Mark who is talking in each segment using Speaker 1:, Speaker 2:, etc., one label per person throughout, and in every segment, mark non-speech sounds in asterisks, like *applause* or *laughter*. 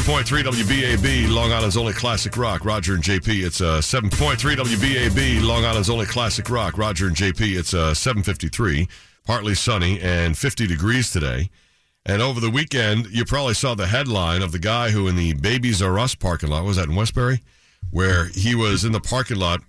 Speaker 1: 7.3 WBAB, Long Island's only classic rock. Roger and JP, it's uh, 7.3 WBAB, Long Island's only classic rock. Roger and JP, it's uh, 7.53, partly sunny and 50 degrees today. And over the weekend, you probably saw the headline of the guy who in the Babies R Us parking lot, was that in Westbury? Where he was in the parking lot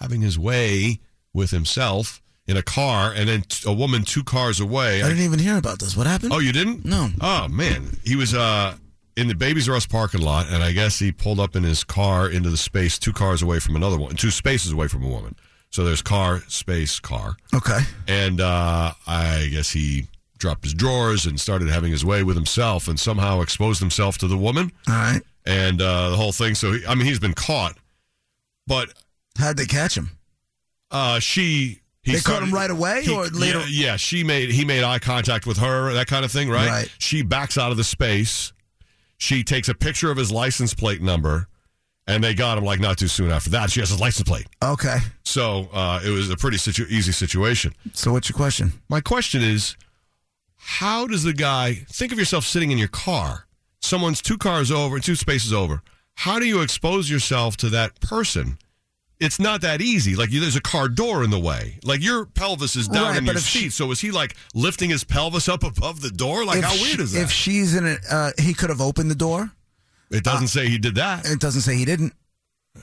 Speaker 1: having his way with himself in a car, and then t- a woman two cars away.
Speaker 2: I didn't even hear about this. What happened?
Speaker 1: Oh, you didn't?
Speaker 2: No.
Speaker 1: Oh man, he was uh, in the Babies R Us parking lot, and I guess he pulled up in his car into the space two cars away from another one, two spaces away from a woman. So there's car, space, car,
Speaker 2: Okay.
Speaker 1: and uh, I guess he dropped his drawers and started having his way with himself, and somehow exposed himself to the woman
Speaker 2: All right.
Speaker 1: and uh, the whole thing. So he, I mean, he's been caught, but
Speaker 2: How'd they catch him?
Speaker 1: uh, she. He
Speaker 2: They caught him right away
Speaker 1: he-
Speaker 2: or later?
Speaker 1: Yeah, yeah, she made he made eye contact with her, that kind of thing, right?
Speaker 2: Right.
Speaker 1: She backs out of the space. She takes a picture of his license plate number, and they got him like not too soon after that. She has his license plate,
Speaker 2: Okay.
Speaker 1: so uh, it was a pretty situ- easy situation.
Speaker 2: So what's your question?
Speaker 1: My question is, how does the guy think of yourself sitting in your car? Someone's two cars over, two spaces over. How do you expose yourself to that person? It's not that easy. Like you, there's a car door in the way. Like your pelvis is down
Speaker 2: Right,
Speaker 1: in
Speaker 2: but
Speaker 1: your
Speaker 2: if she-
Speaker 1: seat. so is he like lifting his pelvis up above the door? Like
Speaker 2: if
Speaker 1: how
Speaker 2: she-
Speaker 1: weird is that?
Speaker 2: If she's in it, uh, he could have opened the door.
Speaker 1: it doesn't say he did that.
Speaker 2: It doesn't say he didn't,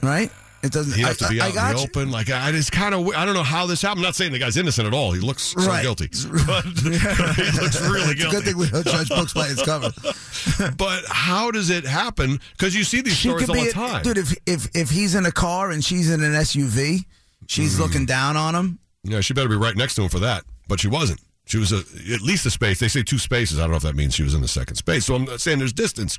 Speaker 2: right? It doesn't.
Speaker 1: He has
Speaker 2: I,
Speaker 1: to be out
Speaker 2: I- I
Speaker 1: in
Speaker 2: got
Speaker 1: the
Speaker 2: you. *laughs*
Speaker 1: open. Like I just kind of, I don't know how this happened. I'm not saying the guy's innocent at all. He looks so
Speaker 2: Right. *laughs*
Speaker 1: guilty, but *laughs* he looks really
Speaker 2: It's a
Speaker 1: guilty.
Speaker 2: good thing we don't judge books by its
Speaker 1: *laughs*
Speaker 2: cover.
Speaker 1: But how does it happen? Because you see these
Speaker 2: She
Speaker 1: stories
Speaker 2: could
Speaker 1: all
Speaker 2: be,
Speaker 1: the time.
Speaker 2: dude. If if if he's in a car and she's in an SUV,
Speaker 1: Mm-hmm.
Speaker 2: she's looking down on him.
Speaker 1: yeah, she better be right next to him for that. But she wasn't. She was a, at least a space. They say two spaces. I don't know if that means she was in the second space. So I'm not saying there's distance.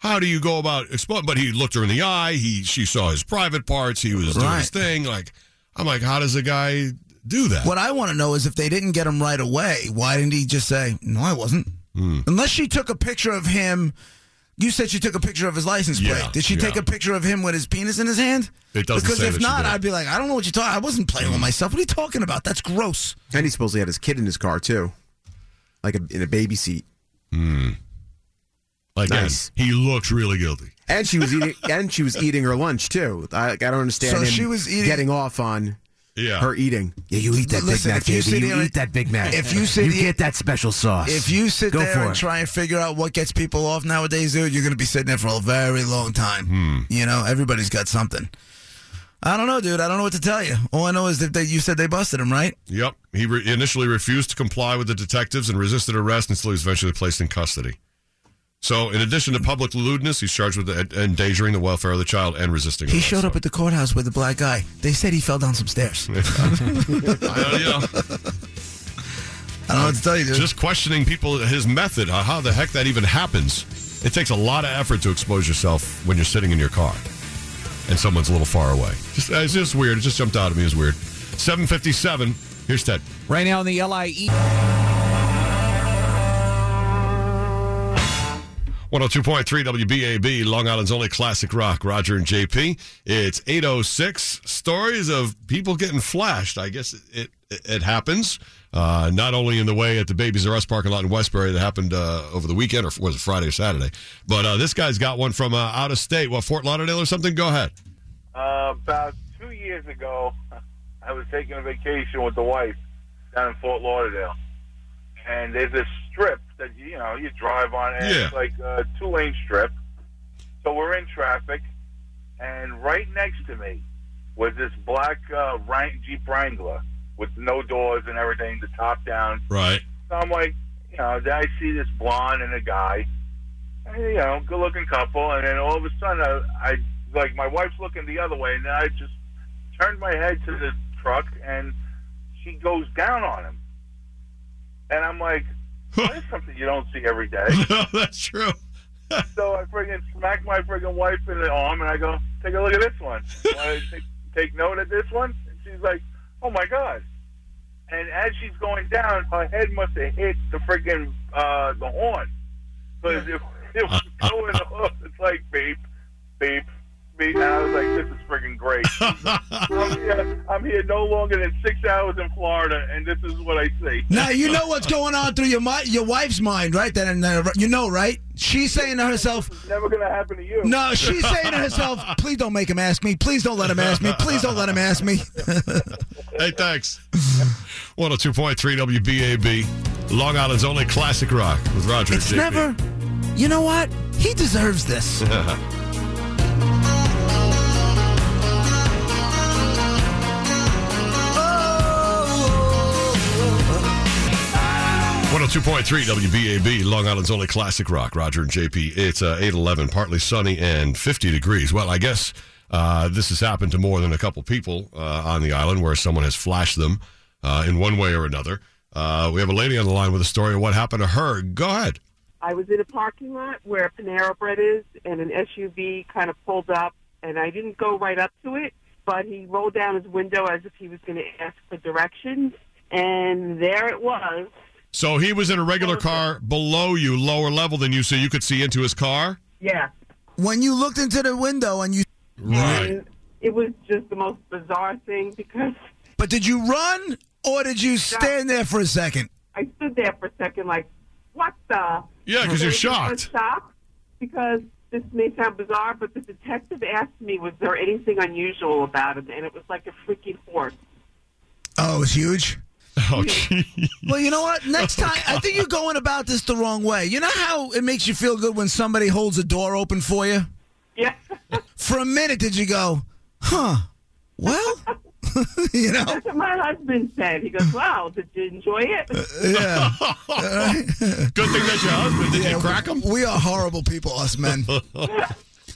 Speaker 1: How do you go about explaining? But he looked her in the eye. He she saw his private parts. He was doing his
Speaker 2: Right.
Speaker 1: thing. Like I'm like, how does a guy do that?
Speaker 2: What I want to know is if they didn't get him right away, why didn't he just say, "No, I wasn't"? Unless she took a picture of him. You said she took a picture of his license plate.
Speaker 1: Yeah,
Speaker 2: did she take
Speaker 1: yeah.
Speaker 2: a picture of him with his penis in his hand?
Speaker 1: It doesn't
Speaker 2: Because
Speaker 1: say
Speaker 2: if
Speaker 1: that she
Speaker 2: not,
Speaker 1: did.
Speaker 2: I'd be like, I don't know what you're talking. I wasn't playing with myself. What are you talking about? That's gross.
Speaker 3: And he supposedly had his kid in his car too, like a, in a baby seat.
Speaker 1: Like again,
Speaker 3: Nice.
Speaker 1: he looks really guilty.
Speaker 3: And she was
Speaker 2: *laughs*
Speaker 3: eating. and she was eating her lunch too. I, I don't understand.
Speaker 2: So
Speaker 3: him
Speaker 2: she was eating-
Speaker 3: getting off on
Speaker 1: Yeah.
Speaker 3: her eating. Yeah, you eat
Speaker 2: that Big Listen, Mac, if you baby. sit You here- eat
Speaker 3: that Big Mac.
Speaker 2: if you sit You here- get
Speaker 3: that special sauce.
Speaker 2: If you sit there and try and figure out what gets people off nowadays, dude, you're going to be sitting there for a very long time. You know, everybody's got something. I don't know, dude. I don't know what to tell you. All I know is that they, you said they busted him, right?
Speaker 1: Yep. He re- initially refused to comply with the detectives and resisted arrest until he was eventually placed in custody. So, in addition to public lewdness, he's charged with en- endangering the welfare of the child and resisting.
Speaker 2: He showed up at the courthouse with a black guy. They said he fell down some *laughs* stairs. I don't know what to tell you, dude.
Speaker 1: just questioning people, his method, uh, how the heck that even happens. It takes a lot of effort to expose yourself when you're sitting in your car and someone's a little far away. Just, it's just weird. It just jumped out at me as weird. 757. Here's Ted.
Speaker 4: Right now in the LIE.
Speaker 1: oh 102.3 WBAB, Long Island's only classic rock, Roger and JP. It's 806 stories of people getting flashed. I guess it it, it happens. Uh, not only in the way at the Babies R Us parking lot in Westbury that happened uh, over the weekend, or was it Friday or Saturday? But uh, this guy's got one from uh, out of state, what, Fort Lauderdale or something? Go ahead.
Speaker 5: Uh, about two years ago, I was taking a vacation with the wife down in Fort Lauderdale, and there's this strip that you know you drive on, and it's
Speaker 1: Yeah.
Speaker 5: like a two-lane strip. So we're in traffic, and right next to me was this black uh, Wrang- Jeep Wrangler with no doors and everything, the top down.
Speaker 1: *laughs* Right.
Speaker 5: So I'm like, you know, then I see this blonde and a guy, and, you know, good looking couple, and then all of a sudden, I, I like my wife's looking the other way, and then I just turned my head to the truck, and she goes down on him, and I'm like, that's something you don't see every day.
Speaker 1: That's true. *laughs*
Speaker 5: So I friggin' smack my friggin' wife in the arm, and I go, "Take a look at this one. Want to take, take note of this one." And she's like, "Oh my god!" And as she's going down, her head must have hit the friggin' uh, the horn, because it, it was going up. It's like beep, beep, beep, and I was like, "This is friggin' great." I'm here, I'm here no longer than six hours in Florida, and this is what I see.
Speaker 2: Now you know what's going on through your mi- your wife's mind, right? Then and there, you know, right? She's saying to herself,
Speaker 5: It's never going to happen to you.
Speaker 2: "No." She's saying to herself, "Please don't make him ask me. Please don't let him ask me. Please don't let him ask me."
Speaker 1: Hey, thanks. 102.3 WBAB, Long Island's only classic rock with Roger.
Speaker 2: it's
Speaker 1: and JP.
Speaker 2: never. You know what? He deserves *laughs* this. oh,
Speaker 1: 102.3 WBAB, Long Island's only classic rock. Roger and JP. It's uh, 811, partly sunny and 50 degrees. Well, I guess uh, this has happened to more than a couple people uh, on the island where someone has flashed them uh, in one way or another. Uh, we have a lady on the line with a story of what happened to her. Go ahead.
Speaker 4: I was in a parking lot where Panera Bread is, and an SUV kind of pulled up, and I didn't go right up to it, but he rolled down his window as if he was going to ask for directions, and there it was.
Speaker 1: So he was in a regular car below you, lower level than you, so you could see into his car?
Speaker 4: Yeah,
Speaker 2: when you looked into the window and you,
Speaker 1: Right. *laughs*
Speaker 4: and it was just the most bizarre thing because *laughs*
Speaker 2: but did you run or did you stand there for a second?
Speaker 4: I stood there for a second, like, what the?
Speaker 1: Yeah, 'cause you're
Speaker 4: And I just
Speaker 1: shocked.
Speaker 4: was shocked because this may sound bizarre, but the detective asked me, was there anything unusual about him? And it was like a freaking horse.
Speaker 2: Oh, it was huge.
Speaker 1: Oh, gee.
Speaker 2: Well, you know what? Next
Speaker 1: Oh
Speaker 2: time, I think you're going about this the wrong way. You know how it makes you feel good when somebody holds a door open for you?
Speaker 4: Yeah. *laughs*
Speaker 2: For a minute, did you go, huh? Well, *laughs* you know?
Speaker 4: That's what my husband said. He goes, "Wow, did you enjoy it?"
Speaker 2: Uh, Yeah.
Speaker 1: Good thing that's your husband. Did you crack him?
Speaker 2: We are horrible people, us men.
Speaker 1: *laughs*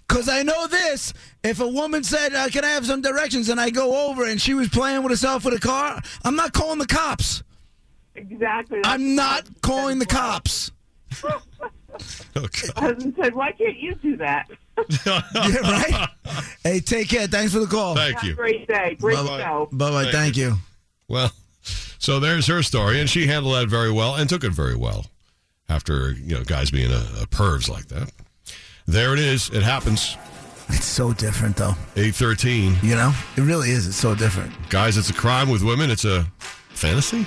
Speaker 2: Because I know this. If a woman said, uh, Can I have some directions? and I go over and she was playing with herself with a car, I'm not calling the cops.
Speaker 4: Exactly. That's
Speaker 2: I'm
Speaker 4: what my
Speaker 2: not
Speaker 4: husband
Speaker 2: calling the
Speaker 4: said.
Speaker 1: *laughs*
Speaker 2: cops.
Speaker 1: Okay.
Speaker 4: My husband said, "Why can't you do that?"
Speaker 2: Yeah, right? hey, take care. Thanks for the call.
Speaker 1: Thank
Speaker 4: Have a
Speaker 1: you.
Speaker 4: great day. Great
Speaker 1: Bye-bye.
Speaker 4: show.
Speaker 2: Bye bye. Thank you.
Speaker 1: Well, so there's her story, and she handled that very well and took it very well. After you know, guys being a, a pervs like that, there it is. It happens.
Speaker 2: It's so different, though.
Speaker 1: Eight thirteen,
Speaker 2: You know, it really is. It's so different.
Speaker 1: guys. It's a crime with women. It's a fantasy.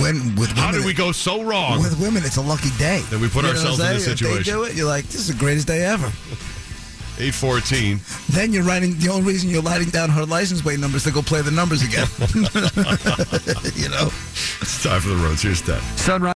Speaker 2: When with women,
Speaker 1: How did we go so wrong?
Speaker 2: With women, it's a lucky day
Speaker 1: That we put
Speaker 2: what
Speaker 1: ourselves
Speaker 2: I'm
Speaker 1: in this
Speaker 2: saying? If they
Speaker 1: situation.
Speaker 2: do it, you're like, this is the greatest day ever.
Speaker 1: Eight fourteen.
Speaker 2: Then you're writing. The only reason you're writing down her license plate numbers to go play the numbers again. *laughs* you know.
Speaker 1: It's time for the roads. Here's that.